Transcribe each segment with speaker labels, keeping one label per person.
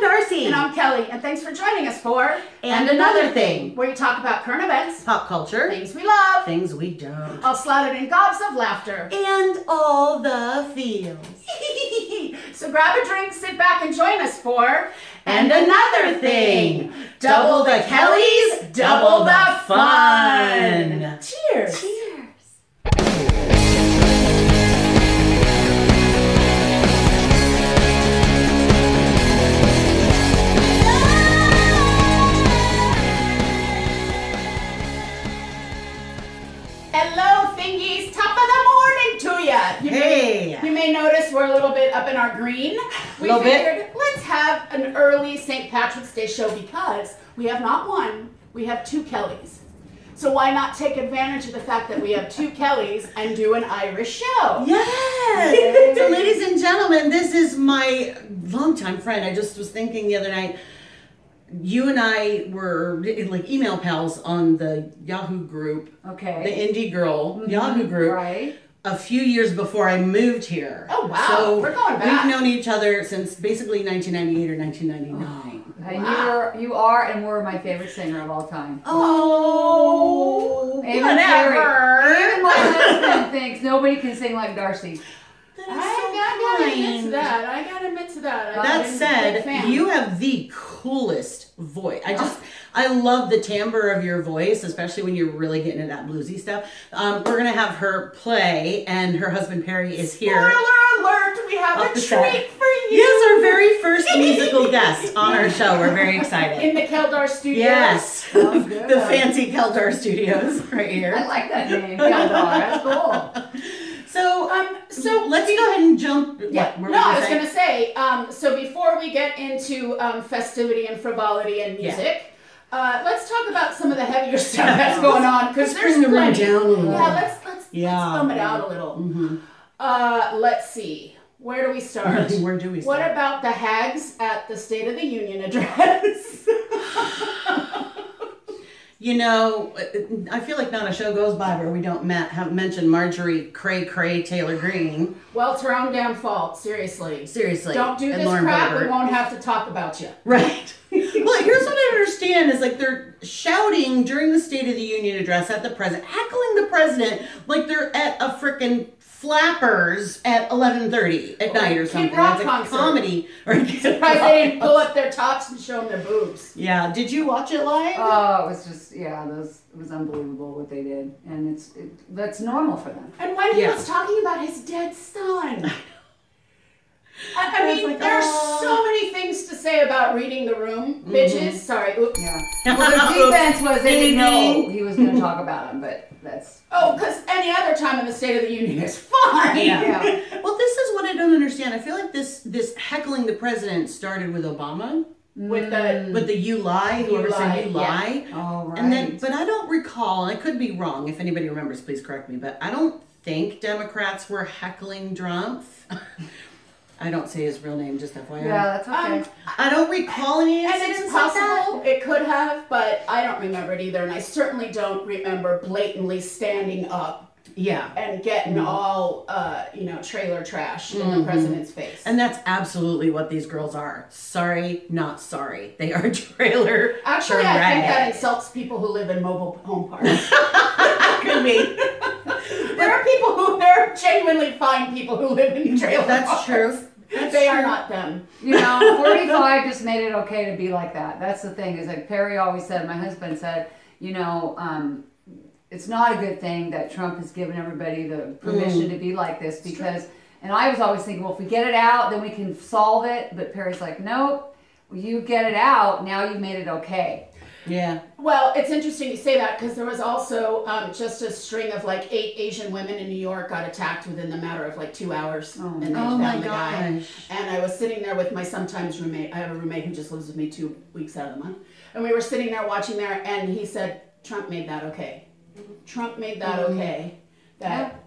Speaker 1: Chrissy.
Speaker 2: And I'm Kelly, and thanks for joining us for And,
Speaker 1: And Another Thing.
Speaker 2: where you talk about current events,
Speaker 1: Pop culture,
Speaker 2: things we love,
Speaker 1: things we don't,
Speaker 2: all slathered in gobs of laughter.
Speaker 1: and all the feels.
Speaker 2: so grab a drink, sit back, and join us for
Speaker 1: And Another Thing. Double the Kellys, double the fun.
Speaker 2: Cheers. Hello, thingies. Top of the morning to ya. You
Speaker 1: Hey.
Speaker 2: May, you may notice we're a little bit up in our green. We
Speaker 1: Little bit.
Speaker 2: figured let's have an early St. Patrick's Day show because we have not one, we have two Kellys. So why not take advantage of the fact that we have two Kellys and do an Irish show?
Speaker 1: Yes. so, ladies and gentlemen, this is my longtime friend. I just was thinking the other night. You and I were like email pals on the Yahoo group, the
Speaker 2: Okay. Mm-hmm.
Speaker 1: Indie Girl Yahoo group.
Speaker 2: Right.
Speaker 1: a few years before I moved here.
Speaker 2: Oh, wow.
Speaker 1: So
Speaker 2: We're going back.
Speaker 1: We've known each other since basically 1998 or 1999.
Speaker 2: Oh,
Speaker 3: And you were, you are, and were my favorite singer of all time.
Speaker 1: Oh,
Speaker 3: Even Carrie-
Speaker 1: whatever.
Speaker 3: Even my husband thinks nobody can sing like Darcy.
Speaker 2: I, I gotta admit to
Speaker 1: That
Speaker 2: that. I gotta admit to that. I
Speaker 1: That
Speaker 2: am a big
Speaker 1: said,
Speaker 2: fan.
Speaker 1: you have the coolest voice. I just, I love the timbre of your voice, especially when you're really getting into that bluesy stuff. Um, we're gonna have her play, and her husband Perry is here.
Speaker 2: Spoiler alert! We have
Speaker 1: Up
Speaker 2: a
Speaker 1: the
Speaker 2: treat
Speaker 1: set.
Speaker 2: for you.
Speaker 1: He is our very first musical guest on our show. We're very excited.
Speaker 2: in the Keldar studio.
Speaker 1: Yes.
Speaker 2: Oh, good.
Speaker 1: the fancy Keldar Studios right
Speaker 3: I
Speaker 1: here.
Speaker 3: like that name. Gandalf. That's cool.
Speaker 1: So,
Speaker 2: Um.
Speaker 1: so
Speaker 2: So
Speaker 1: let's go ahead and jump.
Speaker 2: yeah.
Speaker 1: what were we
Speaker 2: no, I was
Speaker 1: saying?
Speaker 2: gonna say. Um. So before we get into um, festivity and frivolity and
Speaker 1: Yeah.
Speaker 2: music. Uh, let's talk about some of the heavier stuff that's going on because there's
Speaker 1: bring the room
Speaker 2: plenty.
Speaker 1: down a little.
Speaker 2: Yeah, let's let's,
Speaker 1: Yeah.
Speaker 2: let's thumb it out a little.
Speaker 1: Mhm.
Speaker 2: Uh, let's see. Where do we start?
Speaker 1: Where do we
Speaker 2: What
Speaker 1: start?
Speaker 2: about the hags at the State of the Union address?
Speaker 1: You know, I feel like not a show goes by where we don't ma- have mention Marjorie Cray Cray Taylor Green.
Speaker 2: well, it's her own damn fault. Seriously.
Speaker 1: Seriously,
Speaker 2: Don't do
Speaker 1: and
Speaker 2: this
Speaker 1: Lauren
Speaker 2: crap. We
Speaker 1: Boebert.
Speaker 2: won't have to talk about you.
Speaker 1: Right. well, here's what I don't understand is like they're shouting during the State of the Union address at the president, heckling the president like they're at a frickin' flappers at 11:30 at night or
Speaker 2: Kid
Speaker 1: something.
Speaker 2: Rock
Speaker 1: That's a
Speaker 2: concert.
Speaker 1: comedy or a Kid
Speaker 2: Surprised
Speaker 1: Rock.
Speaker 2: they didn't pull up their tops and show them their boobs.
Speaker 1: Yeah. Did you watch it live?
Speaker 3: Oh, it was just yeah, those it was unbelievable what they did, and it's it, that's normal for them.
Speaker 2: And when he
Speaker 1: Yeah.
Speaker 2: was talking about his dead son. I, I
Speaker 1: I was
Speaker 2: mean,
Speaker 1: like, "Oh."
Speaker 2: there's
Speaker 1: "Aw."
Speaker 2: so many things to say about reading the room,
Speaker 1: Mm-hmm.
Speaker 2: bitches. Sorry. oop.
Speaker 3: Yeah. Well, their defense was they didn't know he was going to talk about him, but that's
Speaker 2: Oh, because any other time in the State of the Union is fine.
Speaker 1: Yeah.
Speaker 3: yeah.
Speaker 1: well, this is what I don't understand. I feel like this this heckling the president started with Obama,
Speaker 2: With the
Speaker 1: with the "you lie," whoever said "you
Speaker 2: lie, yeah.
Speaker 1: lie."
Speaker 3: All right.
Speaker 1: And then, but I don't recall, and I could be wrong. If anybody remembers, please correct me. But I don't think Democrats were heckling Trump. I don't say his real name, just FYI.
Speaker 3: yeah, that's okay.
Speaker 2: um,
Speaker 1: I don't recall any
Speaker 2: And
Speaker 1: incidents
Speaker 2: it's
Speaker 1: like that.
Speaker 2: possible it could have, but I don't remember it either. And I certainly don't remember blatantly standing up
Speaker 1: Yeah,
Speaker 2: and getting
Speaker 1: Mm-hmm.
Speaker 2: all, uh, you know, trailer trash in the president's face.
Speaker 1: and that's absolutely what these girls are. Sorry, not sorry. They are trailer.
Speaker 2: Actually, I think that
Speaker 1: trash.
Speaker 2: insults people who live in mobile home parks.
Speaker 1: could be.
Speaker 2: there are people who, there are genuinely fine people who live in trailer
Speaker 1: That's
Speaker 2: parks.
Speaker 1: true. That's
Speaker 2: they are
Speaker 1: true.
Speaker 2: not them.
Speaker 3: You know, 45 just made it okay to be like that. That's the thing, is like Perry always said, my husband said, you know, um, it's not a good thing that Trump has given everybody the permission to be like this because, and I was always thinking, well, if we get it out, then we can solve it. But Perry's like, nope, you get it out, now you've made it okay.
Speaker 1: Yeah.
Speaker 2: Well, it's interesting you say that because there was also um, just a string of like eight Asian women in New York got attacked within the matter of like two hours, and they
Speaker 1: Oh
Speaker 2: found
Speaker 1: my
Speaker 2: the guy.
Speaker 1: gosh.
Speaker 2: And I was sitting there with my sometimes roommate. I have a roommate who just lives with me two weeks out of the month, and we were sitting there watching there, and he said, "Trump made that okay. Trump made that
Speaker 1: Mm-hmm.
Speaker 2: okay. That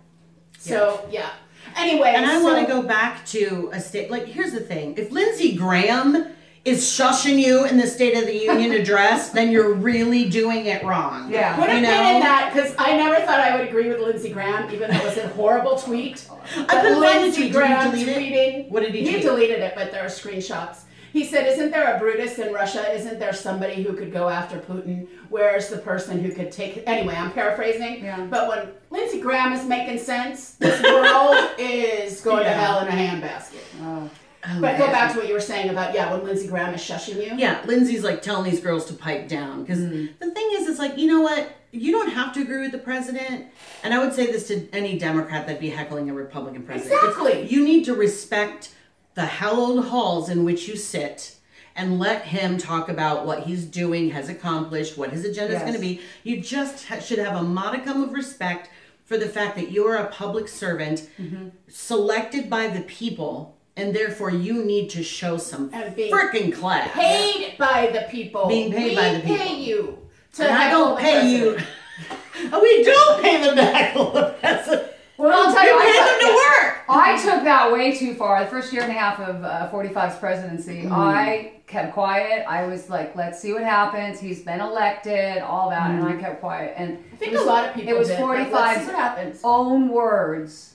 Speaker 2: so yeah. Anyway,
Speaker 1: And I
Speaker 2: so-
Speaker 1: want to go back to a state. Like, here's the thing: if Lindsey Graham is shushing you in the State of the Union address, then you're really doing it wrong.
Speaker 3: Yeah.
Speaker 2: Put a
Speaker 1: you
Speaker 2: pin
Speaker 1: know?
Speaker 2: in that because I never thought I would agree with Lindsey Graham, even though it was a horrible tweet.
Speaker 1: I
Speaker 2: But
Speaker 1: couldn't find the
Speaker 2: Lindsey
Speaker 1: tweet. Did he
Speaker 2: Graham
Speaker 1: delete it?
Speaker 2: tweeting.
Speaker 1: What did he
Speaker 2: He
Speaker 1: tweet?
Speaker 2: deleted it, but there are screenshots. He said, Isn't there a Brutus in Russia? Isn't there somebody who could go after Putin? Where's the person who could take. Anyway, I'm paraphrasing.
Speaker 3: Yeah.
Speaker 2: But when Lindsey Graham is making sense, this world is going to
Speaker 1: Yeah.
Speaker 2: hell in a handbasket.
Speaker 3: Oh.
Speaker 2: But go back to what you were saying about, yeah, when Lindsey Graham is shushing you.
Speaker 1: Yeah, Lindsay's like telling these girls to pipe down because the thing is, it's like you know what, you don't have to agree with the president, and I would say this to any Democrat that'd be heckling a Republican president. It's-
Speaker 2: Exactly.
Speaker 1: you need to respect the hallowed halls in which you sit. And let him talk about what he's doing, has accomplished, what his agenda is
Speaker 3: Yes.
Speaker 1: going to be. You just ha- should have a modicum of respect for the fact that you're a public servant selected by the people, and therefore you need to show some
Speaker 2: And be
Speaker 1: freaking class.
Speaker 2: Paid by the people.
Speaker 1: Being paid
Speaker 2: we
Speaker 1: by the
Speaker 2: pay
Speaker 1: people.
Speaker 2: you. To
Speaker 1: And I
Speaker 2: heckle
Speaker 1: don't
Speaker 2: the
Speaker 1: pay you.
Speaker 2: president.
Speaker 1: And we don't pay them to heckle the president.
Speaker 3: Well, I'll tell
Speaker 1: We
Speaker 3: you, I
Speaker 1: pay them
Speaker 3: thought-
Speaker 1: to work.
Speaker 3: I took that way too far. The first year and a half of uh, 45's presidency,
Speaker 2: Mm-hmm.
Speaker 3: I kept quiet. I was like, let's see what happens. He's been elected, all that, and I kept quiet. And
Speaker 2: Mm-hmm. I think a lot of people
Speaker 3: It was Oh,
Speaker 2: did, but let's see
Speaker 3: 45's
Speaker 2: what happens.
Speaker 3: own words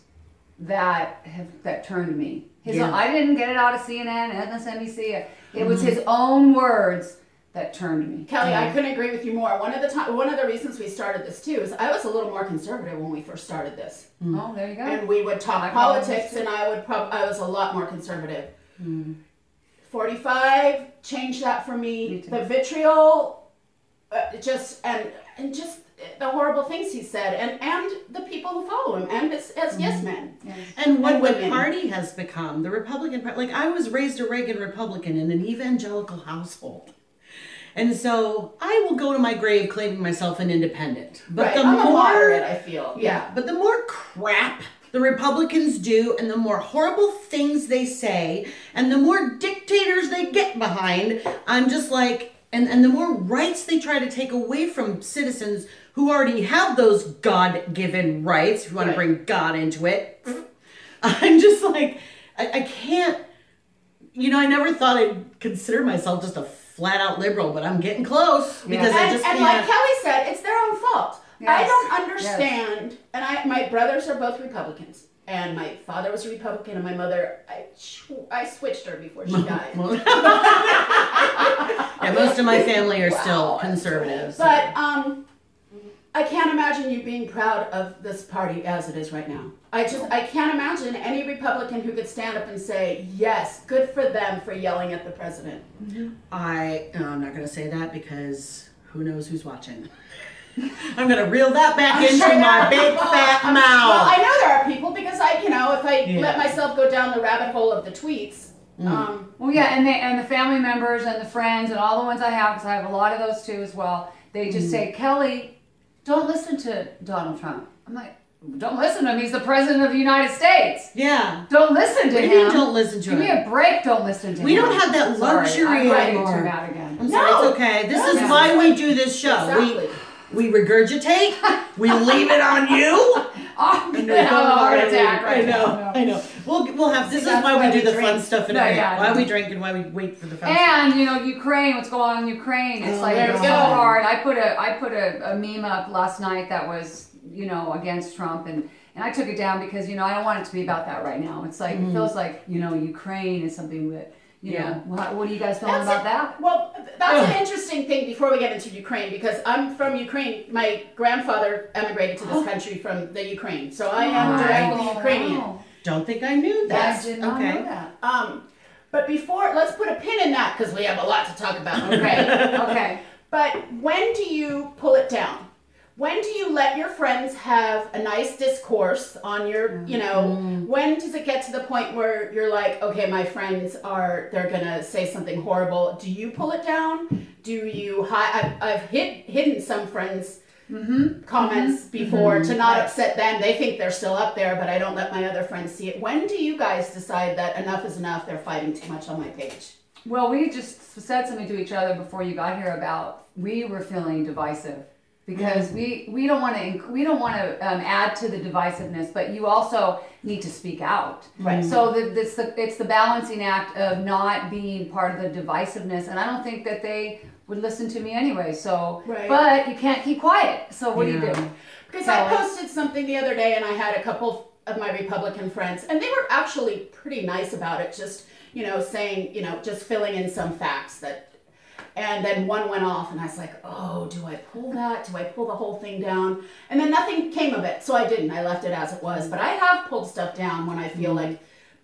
Speaker 3: that have, that turned me. His
Speaker 1: Yeah.
Speaker 3: own, I didn't get it out of CNN, MSNBC. It was
Speaker 2: Mm-hmm.
Speaker 3: his own words that turned me.
Speaker 2: Kelly, I couldn't agree with you more. One of the time, one of the reasons we started this too is I was a little more conservative when we first started this,
Speaker 3: Oh, there you go.
Speaker 2: and we would talk
Speaker 3: I probably
Speaker 2: politics, and I would prob- I was a lot more conservative.
Speaker 3: Hmm.
Speaker 2: Forty-five changed that for me.
Speaker 3: Me too.
Speaker 2: the vitriol, uh, just and and just the horrible things he said, and and the people who follow him, and as, as
Speaker 3: Hmm.
Speaker 2: yes men.
Speaker 1: And what
Speaker 2: And
Speaker 1: the
Speaker 2: women.
Speaker 1: party has become, the Republican Party. Like, I was raised a Reagan Republican in an evangelical household. And so I will go to my grave claiming myself an independent. But
Speaker 2: right,
Speaker 1: the
Speaker 2: I'm a
Speaker 1: more
Speaker 2: moderate. I feel yeah.
Speaker 1: But the more crap the Republicans do and the more horrible things they say and the more dictators they get behind, I'm just like, and, and the more rights they try to take away from citizens who already have those God given rights, if you want
Speaker 2: Right.
Speaker 1: to bring God into it, I'm just like, I, I can't, you know, I never thought I'd consider myself just a flat out liberal, but I'm getting close because I
Speaker 2: And,
Speaker 1: just
Speaker 2: and
Speaker 1: can't.
Speaker 2: like Kelly said, it's their own fault. I
Speaker 3: Yes.
Speaker 2: don't understand. And I, my brothers are both Republicans, and my father was a Republican, and my mother, I, I switched her before she died.
Speaker 1: yeah, most of my family are still
Speaker 2: Wow.
Speaker 1: conservatives.
Speaker 2: But um, I can't imagine you being proud of this party as it is right now. I just I can't imagine any Republican who could stand up and say yes, good for them for yelling at the president.
Speaker 1: I no, I'm not gonna say that because who knows who's watching. I'm gonna reel that back into
Speaker 2: sure
Speaker 1: my
Speaker 2: that-
Speaker 1: big fat
Speaker 2: I'm-
Speaker 1: mouth.
Speaker 2: Well, I know there are people because I, you know, if I
Speaker 1: Yeah. Mm.
Speaker 2: let myself go down the rabbit hole of the tweets, um,
Speaker 3: Well, yeah, and they and the family members and the friends and all the ones I have because I have a lot of those too as well. They just
Speaker 1: Mm-hmm.
Speaker 3: say, Kelly, don't listen to Donald Trump. I'm like, don't listen to him. He's the president of the United States.
Speaker 1: yeah.
Speaker 3: Don't listen to
Speaker 1: What do
Speaker 3: him.
Speaker 1: you mean don't listen to
Speaker 3: Give me
Speaker 1: him?
Speaker 3: a break. Don't listen to
Speaker 1: We
Speaker 3: him.
Speaker 1: don't have that luxury
Speaker 3: Sorry, I'm writing
Speaker 1: anymore.
Speaker 3: too mad again.
Speaker 1: I'm sorry,
Speaker 2: No.
Speaker 1: it's okay. This
Speaker 2: No,
Speaker 1: is
Speaker 2: no.
Speaker 1: why we do this show.
Speaker 2: Exactly.
Speaker 1: We we regurgitate, we leave it on you.
Speaker 3: I'm
Speaker 1: I
Speaker 3: gonna
Speaker 1: know,
Speaker 3: have a Oh, heart attack right
Speaker 1: I know,
Speaker 3: now.
Speaker 1: I know. We'll we'll have this is
Speaker 2: that's
Speaker 1: why
Speaker 2: why
Speaker 1: we do
Speaker 2: we
Speaker 1: the fun
Speaker 2: drink.
Speaker 1: stuff and
Speaker 3: No,
Speaker 1: all
Speaker 3: yeah,
Speaker 1: that.
Speaker 3: I
Speaker 1: Why
Speaker 3: know.
Speaker 1: we drink and why we wait for the fun stuff.
Speaker 3: And you know Ukraine, what's going on in Ukraine? It's
Speaker 1: Oh,
Speaker 3: like
Speaker 1: there
Speaker 3: it's
Speaker 1: we
Speaker 3: so
Speaker 1: go.
Speaker 3: hard. I put a I put a, a meme up last night that was you know against Trump, and and I took it down because you know I don't want it to be about that right now. It's like it feels like you know Ukraine is something that you
Speaker 1: Mm-hmm. Yeah.
Speaker 3: know. What, what do you guys feel
Speaker 2: That's
Speaker 3: about
Speaker 2: it.
Speaker 3: that?
Speaker 2: Well, th- that's an interesting thing before we get into Ukraine because I'm from Ukraine. My grandfather emigrated to
Speaker 1: Oh.
Speaker 2: this country from the Ukraine, so I am directly
Speaker 3: Oh,
Speaker 2: Ukrainian.
Speaker 3: wow.
Speaker 1: Don't think I knew that.
Speaker 3: I did not
Speaker 1: okay.
Speaker 3: know that.
Speaker 2: Um, but before, let's put a pin in that because we have a lot to talk about. Okay.
Speaker 3: Okay.
Speaker 2: but when do you pull it down? When do you let your friends have a nice discourse on your, you know, when does it get to the point where you're like, okay, my friends are, they're gonna say something horrible. Do you pull it down? Do you hi I've, I've hid, hidden some friends' comments before to not upset them. They think they're still up there, but I don't let my other friends see it. When do you guys decide that enough is enough? They're fighting too much on my page.
Speaker 3: Well, we just said something to each other before you got here about we were feeling divisive because we we don't want to we don't want to um, add to the divisiveness, but you also need to speak out.
Speaker 2: Right.
Speaker 3: So the, it's the it's the balancing act of not being part of the divisiveness, and I don't think that they would listen to me anyway. So,
Speaker 2: Right.
Speaker 3: but you can't keep quiet. So what do you do?
Speaker 2: Because I
Speaker 3: Tell us.
Speaker 2: posted something the other day and I had a couple of my Republican friends, and they were actually pretty nice about it. Just, you know, saying, you know, just filling in some facts that, and then one went off, and I was like, oh, do I pull that? Do I pull the whole thing down? And then nothing came of it, so I didn't. I left it as it was. But I have pulled stuff down when I feel like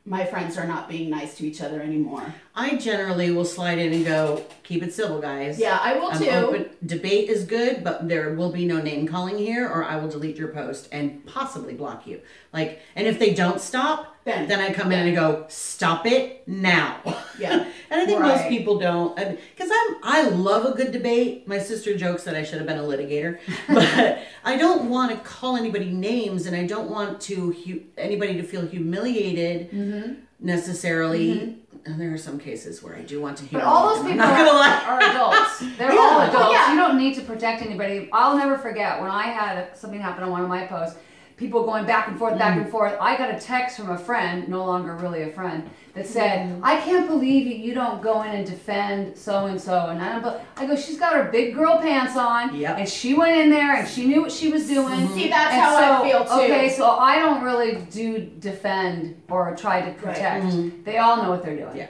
Speaker 2: my friends are not being nice to each other anymore.
Speaker 1: I generally will slide in and go, keep it civil, guys.
Speaker 2: Yeah, I will
Speaker 1: I'm
Speaker 2: too.
Speaker 1: open. Debate is good, but there will be no name calling here, or I will delete your post and possibly block you. Like, and if they don't stop,
Speaker 2: Then-
Speaker 1: then, I come in and go, stop it now.
Speaker 2: Yeah.
Speaker 1: and I think most
Speaker 3: Right.
Speaker 1: people don't, because I'm I love a good debate. My sister jokes that I should have been a litigator, but I don't want to call anybody names, and I don't want to hu- anybody to feel humiliated
Speaker 3: Mm-hmm.
Speaker 1: necessarily. And there are some cases where I do want to hear.
Speaker 3: But all those
Speaker 1: them,
Speaker 3: people
Speaker 1: I'm not gonna
Speaker 3: are,
Speaker 1: lie.
Speaker 3: are adults. They're
Speaker 1: Yeah.
Speaker 3: all
Speaker 1: Oh,
Speaker 3: adults.
Speaker 2: yeah.
Speaker 3: You don't need to protect anybody. I'll never forget when I had something happen on one of my posts. People going back and forth,
Speaker 1: Mm.
Speaker 3: back and forth. I got a text from a friend, no longer really a friend, that said,
Speaker 1: Mm.
Speaker 3: "I can't believe you, you don't go in and defend so and so." And I, don't be- I go, "She's got her big girl pants on,
Speaker 1: Yep. Mm-hmm.
Speaker 3: and she went in there and she knew what she was doing."
Speaker 2: See, that's
Speaker 3: And
Speaker 2: how I
Speaker 3: so-
Speaker 2: feel, too.
Speaker 3: Okay, so I don't really do defend or try to protect. They all know what they're doing.
Speaker 1: Mm-hmm. Yeah.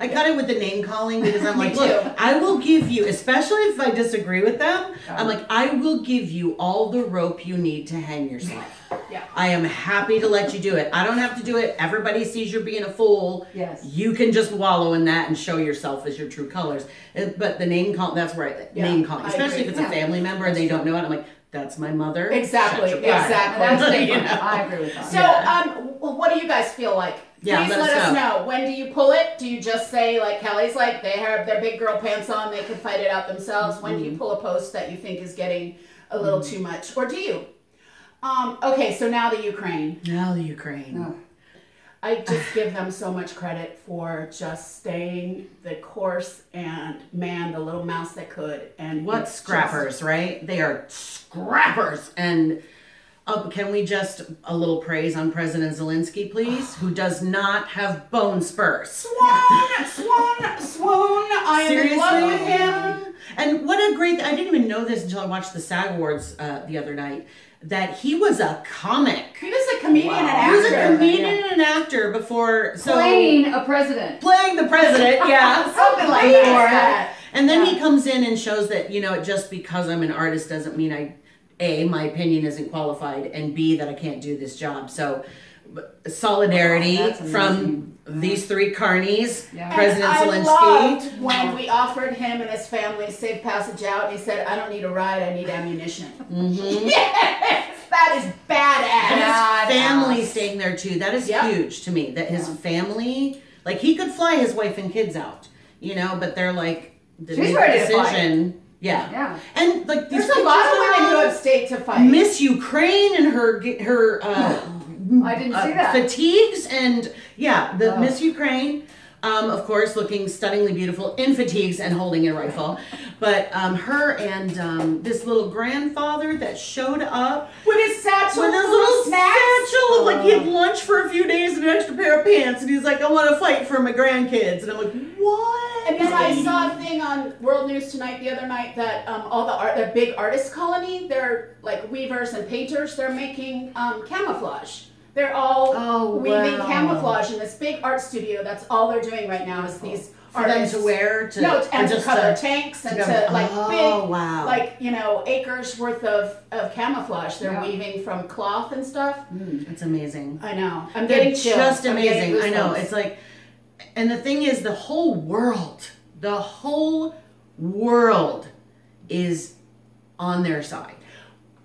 Speaker 1: I cut it with the name calling because I'm
Speaker 2: Me
Speaker 1: like,
Speaker 2: too.
Speaker 1: look, I will give you, especially if I disagree with them, I'm like, I will give you all the rope you need to hang yourself.
Speaker 2: Yeah.
Speaker 1: I am happy to let you do it. I don't have to do it. Everybody sees you're being a fool.
Speaker 3: Yes.
Speaker 1: You can just wallow in that and show yourself as your true colors. Uh, But the name call, that's where I,
Speaker 2: Yeah,
Speaker 1: name calling,
Speaker 2: I
Speaker 1: especially
Speaker 2: agree.
Speaker 1: if it's
Speaker 3: Yeah.
Speaker 1: a family member and they don't know it. I'm like, that's my mother.
Speaker 2: Exactly,
Speaker 1: Shut your mouth.
Speaker 2: exactly.
Speaker 3: That's
Speaker 1: You
Speaker 3: different.
Speaker 1: know.
Speaker 3: I agree with that.
Speaker 2: So,
Speaker 1: Yeah.
Speaker 2: um, w- what do you guys feel like?
Speaker 1: Yeah,
Speaker 2: Please
Speaker 1: let
Speaker 2: let,
Speaker 1: us
Speaker 2: us
Speaker 1: know.
Speaker 2: know. When do you pull it? Do you just say like Kelly's like they have their big girl pants on, they can fight it out themselves? When do
Speaker 1: Mm-hmm.
Speaker 2: you pull a post that you think is getting a little too much, or do you? Um, okay, so now the Ukraine.
Speaker 1: Now the Ukraine.
Speaker 2: I just give them so much credit for just staying the course and man, the little mouse that could. And
Speaker 1: What
Speaker 2: it's just-
Speaker 1: scrappers, right? They are scrappers. And oh, can we just a little praise on President Zelensky, please, who does not have bone spurs?
Speaker 2: Swoon, swoon, swoon. I am in love with him.
Speaker 1: And what a great! I didn't even know this until I watched the SAG Awards uh, the other night. That he was a comic.
Speaker 2: He was a comedian and
Speaker 1: He
Speaker 2: actor.
Speaker 1: was a comedian and an actor before. So
Speaker 3: playing a president.
Speaker 1: playing the president, yeah.
Speaker 3: Something like
Speaker 2: Please.
Speaker 3: that.
Speaker 1: And then he comes in and shows that, you know, just because I'm an artist doesn't mean I, A, my opinion isn't qualified, and B, that I can't do this job. So, b- solidarity
Speaker 3: Wow, that's amazing.
Speaker 1: from these three carnies,
Speaker 3: Yeah.
Speaker 2: And
Speaker 1: President
Speaker 2: I
Speaker 1: Zelensky.
Speaker 2: loved when we offered him and his family safe passage out, he said, "I don't need a ride. I need ammunition." Yes, that is
Speaker 1: and
Speaker 2: badass.
Speaker 1: Mm-hmm.
Speaker 3: Badass.
Speaker 1: his family staying there too. That is
Speaker 2: Yep.
Speaker 1: huge to me. That his family, like, he could fly his wife and kids out, you know, but they're like, the
Speaker 3: She's
Speaker 1: big
Speaker 3: ready to fight.
Speaker 1: decision. Yeah.
Speaker 3: Yeah.
Speaker 1: And like these
Speaker 2: There's a lot of
Speaker 1: pictures
Speaker 2: women who
Speaker 1: online-
Speaker 2: have stayed to fight.
Speaker 1: Miss Ukraine and her her uh,
Speaker 3: I didn't
Speaker 1: uh,
Speaker 3: see that.
Speaker 1: fatigues and yeah, the
Speaker 3: Oh.
Speaker 1: Miss Ukraine, um, of course, looking stunningly beautiful in fatigues and holding a rifle, but um, her and um, this little grandfather that showed up
Speaker 2: with his satchel,
Speaker 1: with his
Speaker 2: full of
Speaker 1: little
Speaker 2: snacks.
Speaker 1: satchel of like he had lunch for a few days and an extra pair of pants, and he's like, I want to fight for my grandkids, and I'm like, what?
Speaker 2: And then I saw a thing on World News Tonight the other night that um, all the art, the big artist colony, they're like weavers and painters. They're making um, camouflage. They're all
Speaker 3: Oh,
Speaker 2: weaving
Speaker 3: wow.
Speaker 2: camouflage in this big art studio. That's all they're doing right now is these
Speaker 1: for them
Speaker 2: artists
Speaker 1: to wear to
Speaker 2: no, and
Speaker 1: or
Speaker 2: to
Speaker 1: just
Speaker 2: cover
Speaker 1: to-
Speaker 2: tanks and
Speaker 1: to
Speaker 2: to,
Speaker 1: cover-
Speaker 2: like
Speaker 1: Oh,
Speaker 2: big,
Speaker 1: wow.
Speaker 2: like you know, acres worth of, of camouflage. They're
Speaker 3: Yeah.
Speaker 2: weaving from cloth and stuff.
Speaker 1: It's amazing.
Speaker 2: I know. I'm
Speaker 1: Hmm. They're
Speaker 2: getting chills.
Speaker 1: just
Speaker 2: I'm getting
Speaker 1: amazing. I know.
Speaker 2: goosebumps.
Speaker 1: It's like, and the thing is, the whole world, the whole world is on their side.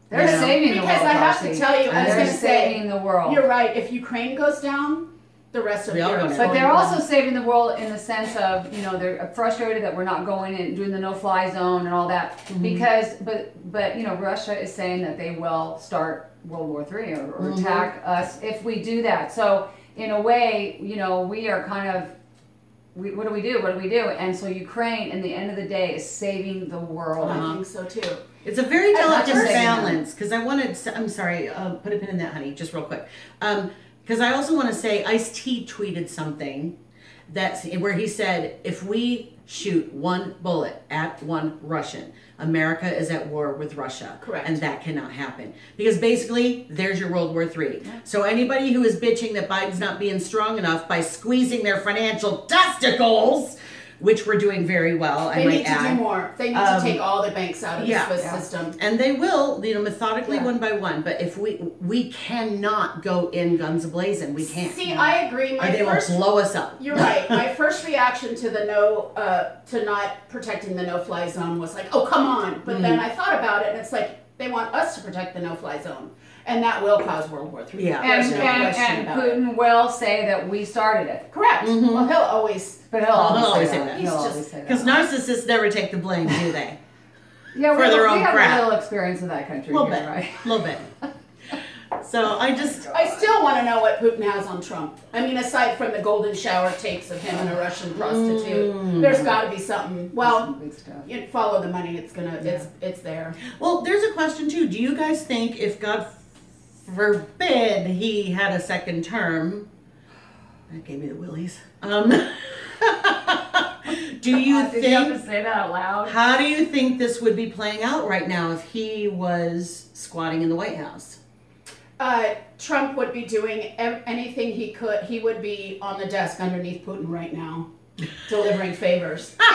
Speaker 3: They're
Speaker 1: Yeah.
Speaker 3: saving the world.
Speaker 2: Because I have to
Speaker 3: Darcy.
Speaker 2: tell you, I was
Speaker 3: they're
Speaker 2: gonna say,
Speaker 3: saving the world.
Speaker 2: You're right. If Ukraine goes down, the rest of
Speaker 1: We all go
Speaker 2: Europe's
Speaker 1: down.
Speaker 3: But
Speaker 2: going
Speaker 3: they're
Speaker 2: down.
Speaker 3: also saving the world in the sense of, you know, they're frustrated that we're not going and doing the no-fly zone and all that
Speaker 2: Mm-hmm.
Speaker 3: because, but, but you know, Russia is saying that they will start World War III or, or
Speaker 2: Mm-hmm.
Speaker 3: attack us if we do that. So in a way, you know, we are kind of, we, what do we do? What do we do? And so Ukraine, in the end of the day, is saving the world.
Speaker 1: Uh-huh.
Speaker 2: I think so too.
Speaker 1: It's a very
Speaker 2: I'd like to
Speaker 1: delicate
Speaker 2: say that.
Speaker 1: balance because I wanted. s- I'm sorry. Uh, put a Um, pin in that, honey, just real quick. Because I also want to say, Ice T tweeted something, that's where he said, if we shoot one bullet at one Russian, America is at war with Russia.
Speaker 2: Correct.
Speaker 1: And that cannot happen. Because basically, there's your World War III. So anybody who is bitching that Biden's not being strong enough by squeezing their financial testicles, which we're doing very well, I
Speaker 2: They
Speaker 1: might
Speaker 2: need to
Speaker 1: add.
Speaker 2: do more. They need
Speaker 1: Um,
Speaker 2: to take all the banks out of
Speaker 1: yeah.
Speaker 2: the Swiss
Speaker 3: Yeah.
Speaker 2: system.
Speaker 1: And they will, you know, methodically
Speaker 2: Yeah.
Speaker 1: one by one. But if we we cannot go in guns ablazing, we can't.
Speaker 2: See, I agree.
Speaker 1: or
Speaker 2: My
Speaker 1: they
Speaker 2: first,
Speaker 1: will blow us up.
Speaker 2: you're right. My first reaction to the no, uh, to not protecting the no-fly zone was like, oh come on. But then
Speaker 1: Mm.
Speaker 2: I thought about it, and it's like they want us to protect the no-fly zone, and that will cause World War III.
Speaker 1: Yeah.
Speaker 2: There's
Speaker 3: And,
Speaker 2: no
Speaker 3: and,
Speaker 2: question
Speaker 3: and
Speaker 2: about it.
Speaker 3: Putin will say that we started it.
Speaker 2: Correct.
Speaker 1: Mm-hmm.
Speaker 2: Well, he'll always.
Speaker 3: But he'll always,
Speaker 1: always
Speaker 3: say
Speaker 1: say
Speaker 3: that.
Speaker 1: that.
Speaker 3: He'll
Speaker 2: He's
Speaker 3: always
Speaker 2: just-
Speaker 3: say that.
Speaker 1: Because narcissists never take the blame, do they?
Speaker 3: yeah,
Speaker 1: for
Speaker 3: we-
Speaker 1: their own
Speaker 3: we have
Speaker 1: crap.
Speaker 3: a little experience in that
Speaker 1: A
Speaker 3: country
Speaker 1: little
Speaker 3: here,
Speaker 1: bit.
Speaker 3: right?
Speaker 1: A little bit. So I just
Speaker 2: I still want to know what Putin has on Trump. I mean, aside from the golden shower tapes of him and a Russian prostitute, there's got to be something. Well,
Speaker 3: Big stuff.
Speaker 2: you follow the money. It's gonna. It's it's there.
Speaker 1: well, there's a question too. Do you guys think if God forbid he had a second term, that gave me the willies. Um, do you
Speaker 3: Uh, did you have
Speaker 1: think
Speaker 3: to say that out loud?
Speaker 1: How do you think this would be playing out right now if he was squatting in the White House?
Speaker 2: Uh, Trump would be doing ev- anything he could. He would be on the desk underneath Putin right now, delivering favors.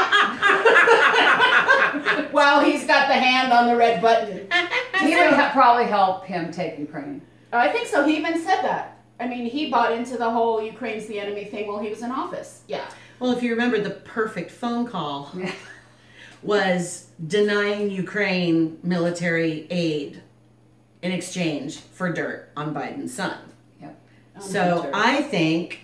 Speaker 2: While he's got the hand on the red button.
Speaker 3: He would ha- probably help him take Ukraine.
Speaker 2: I think so. He even said that. I mean, he bought into the whole Ukraine's the enemy thing while he was in office. Yeah.
Speaker 1: Well, if you remember, the perfect phone call was denying Ukraine military aid in exchange for dirt on Biden's son.
Speaker 3: Yep.
Speaker 1: so
Speaker 2: dirt.
Speaker 1: I think,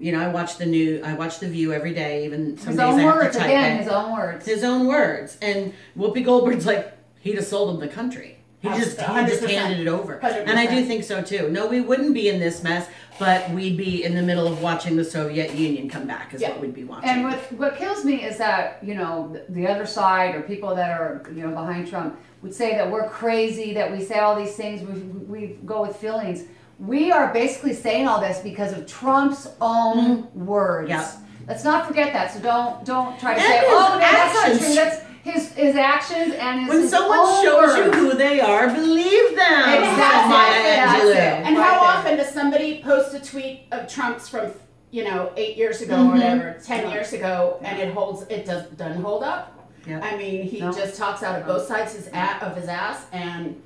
Speaker 1: you know, I watch the new, I watch the View every day, even some
Speaker 3: His
Speaker 1: days
Speaker 3: own
Speaker 1: I have
Speaker 3: words,
Speaker 1: to type
Speaker 3: again,
Speaker 1: it.
Speaker 3: his own words.
Speaker 1: his own words. And Whoopi Goldberg's like, he'd have sold him the country. He just, he just
Speaker 2: 100%.
Speaker 1: handed it over. And I do
Speaker 2: 100%.
Speaker 1: think so too. No, we wouldn't be in this mess, but we'd be in the middle of watching the Soviet Union come back, is
Speaker 2: Yeah.
Speaker 1: what we'd be watching.
Speaker 3: And what, what kills me is that, you know, th- the other side or people that are, you know, behind Trump would say that we're crazy, that we say all these things, we, we go with feelings. We are basically saying all this because of Trump's own
Speaker 1: Mm-hmm.
Speaker 3: words.
Speaker 1: Yep.
Speaker 3: Let's not forget that. So don't don't try to
Speaker 1: And
Speaker 3: say,
Speaker 1: his
Speaker 3: oh, no, that's not
Speaker 1: actions.
Speaker 3: true. That's his, his actions and his,
Speaker 1: when
Speaker 3: his
Speaker 1: someone
Speaker 3: own
Speaker 1: shows you
Speaker 3: words.
Speaker 1: who they are, believe them.
Speaker 3: Exactly.
Speaker 1: says Maya
Speaker 3: That's
Speaker 1: Angelou.
Speaker 3: it.
Speaker 2: And
Speaker 3: Right
Speaker 2: how
Speaker 3: there.
Speaker 2: often does somebody post a tweet of Trump's from you know eight years ago
Speaker 1: Mm-hmm.
Speaker 2: or whatever, ten years ago, and it holds it does doesn't hold up?
Speaker 1: Yep.
Speaker 2: I mean, he
Speaker 3: No.
Speaker 2: just talks out of both sides his a- of his ass, and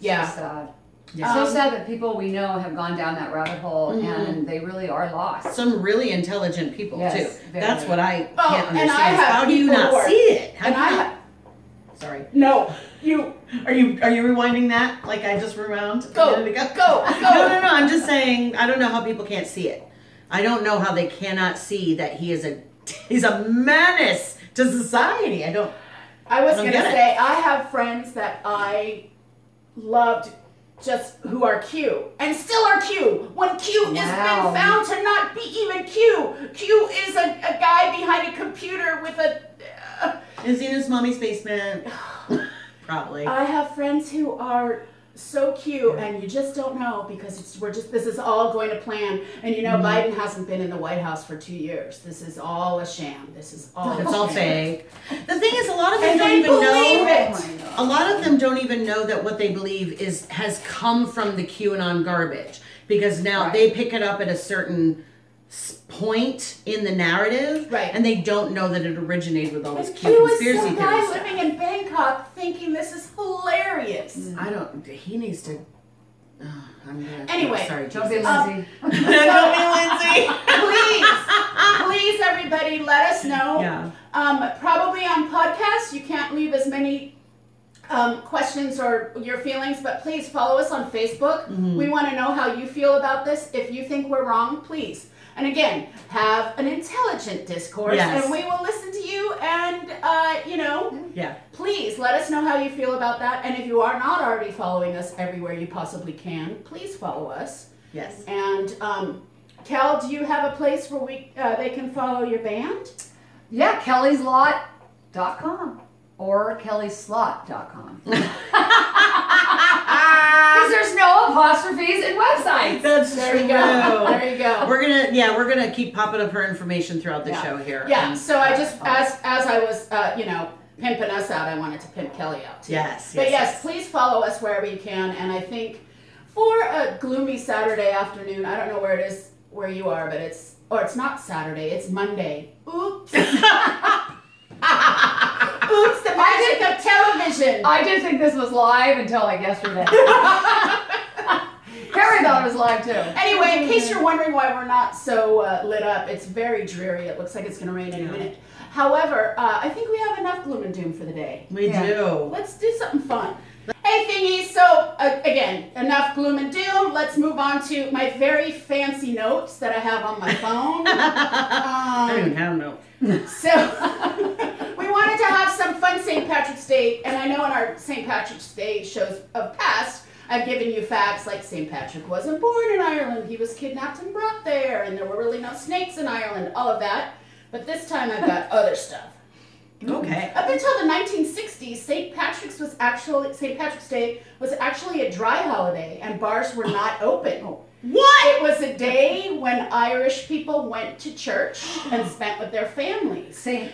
Speaker 2: yeah,
Speaker 1: uh,
Speaker 3: So sad.
Speaker 1: Yeah. Mm-hmm.
Speaker 3: So sad that people we know have gone down that rabbit hole and they really are lost.
Speaker 1: Some really intelligent people
Speaker 3: Yes,
Speaker 1: too.
Speaker 3: very.
Speaker 1: That's what I
Speaker 2: Well,
Speaker 1: can't
Speaker 2: Oh, and I
Speaker 1: understand. is
Speaker 2: have
Speaker 1: how do you
Speaker 2: people
Speaker 1: not
Speaker 2: who are-
Speaker 1: see it? How
Speaker 2: and
Speaker 1: do you
Speaker 2: I
Speaker 1: not-
Speaker 2: ha-
Speaker 1: sorry.
Speaker 2: no, you
Speaker 1: Are you are you rewinding that like I just rewound? a
Speaker 2: Go,
Speaker 1: minute ago?
Speaker 2: go, go.
Speaker 1: No, no, no. I'm just saying I don't know how people can't see it. I don't know how they cannot see that he is a he's a menace to society. I don't.
Speaker 2: I was
Speaker 1: Don't
Speaker 2: gonna
Speaker 1: get it.
Speaker 2: say I have friends that I loved just who are Q and still are Q when Q is
Speaker 3: Wow.
Speaker 2: been found to not be even Q. Q is a, a guy behind a computer with a. uh,
Speaker 1: Is he in his mommy's basement? Probably.
Speaker 2: I have friends who are so cute and you just don't know because it's we're just this is all going to plan and you know Biden hasn't been in the White House for 2 years. This is all a sham. This is all
Speaker 1: it's
Speaker 2: a
Speaker 1: all
Speaker 2: sham.
Speaker 1: fake. The thing is, a lot of them
Speaker 2: And
Speaker 1: don't
Speaker 2: they
Speaker 1: even know.
Speaker 2: believe it.
Speaker 1: A lot of them don't even know that what they believe is has come from the QAnon garbage because now
Speaker 3: Right.
Speaker 1: they pick it up at a certain s- point in the narrative,
Speaker 2: Right.
Speaker 1: and they don't know that it originated with all this
Speaker 2: And
Speaker 1: cute
Speaker 2: Q is
Speaker 1: conspiracy
Speaker 2: some
Speaker 1: theory
Speaker 2: guy
Speaker 1: stuff.
Speaker 2: living in Bangkok thinking this is hilarious.
Speaker 1: I don't. He needs to. Oh, I'm gonna,
Speaker 2: Anyway,
Speaker 1: sorry,
Speaker 3: Don't be
Speaker 1: Jesus.
Speaker 3: lazy.
Speaker 1: Don't be Lindsay.
Speaker 2: please, please, everybody, let us know.
Speaker 1: Yeah.
Speaker 2: Um, probably on podcasts, you can't leave as many um, questions or your feelings, but please follow us on Facebook.
Speaker 1: Mm-hmm.
Speaker 2: We want to know how you feel about this. If you think we're wrong, please. And again, have an intelligent discourse,
Speaker 1: Yes.
Speaker 2: and we will listen to you. And uh, you know,
Speaker 1: Yeah.
Speaker 2: please let us know how you feel about that. And if you are not already following us everywhere you possibly can, please follow us.
Speaker 1: Yes.
Speaker 2: And um, Cal, do you have a place where we uh, they can follow your band?
Speaker 3: Yeah, kellyslot.com or kellyslot.com. Because there's no apostrophes and websites.
Speaker 1: That's
Speaker 2: Ah. There you go.
Speaker 1: true.
Speaker 2: There you go.
Speaker 1: We're gonna, yeah, we're gonna keep popping up her information throughout the
Speaker 2: Yeah.
Speaker 1: show here.
Speaker 2: Yeah.
Speaker 1: And-
Speaker 2: So I just as as I was uh, you know pimping us out, I wanted to pimp Kelly out too.
Speaker 1: Yes.
Speaker 2: But yes, please follow us wherever you can. And I think for a gloomy Saturday afternoon, I don't know where it is where you are, but it's or it's not Saturday, it's Monday. Oops. Oops, the magic of television.
Speaker 3: I did think this was live until like yesterday. Carrie thought it was live too.
Speaker 2: Anyway, in case you're wondering why we're not so uh, lit up, it's very dreary. It looks like it's going to rain any
Speaker 1: Yeah.
Speaker 2: minute. However, uh, I think we have enough gloom and doom for the day.
Speaker 1: We
Speaker 3: Yeah.
Speaker 1: do.
Speaker 2: Let's do something fun. Hey, thingies. So uh, again, enough gloom and doom. Let's move on to my very fancy notes that I have on my phone.
Speaker 1: I don't
Speaker 2: Um,
Speaker 1: even have no.
Speaker 2: so we wanted to have some fun St. Patrick's Day, and I know in our St. Patrick's Day shows of past, I've given you facts like St. Patrick wasn't born in Ireland; he was kidnapped and brought there, and there were really no snakes in Ireland. All of that. But this time, I've got other stuff.
Speaker 1: Okay.
Speaker 2: Up until the 1960s, St. Patrick's was actually St. Patrick's Day was actually a dry holiday, and bars were not open.
Speaker 1: Oh. What?
Speaker 2: It was a day when Irish people went to church and spent with their families.
Speaker 3: Saint.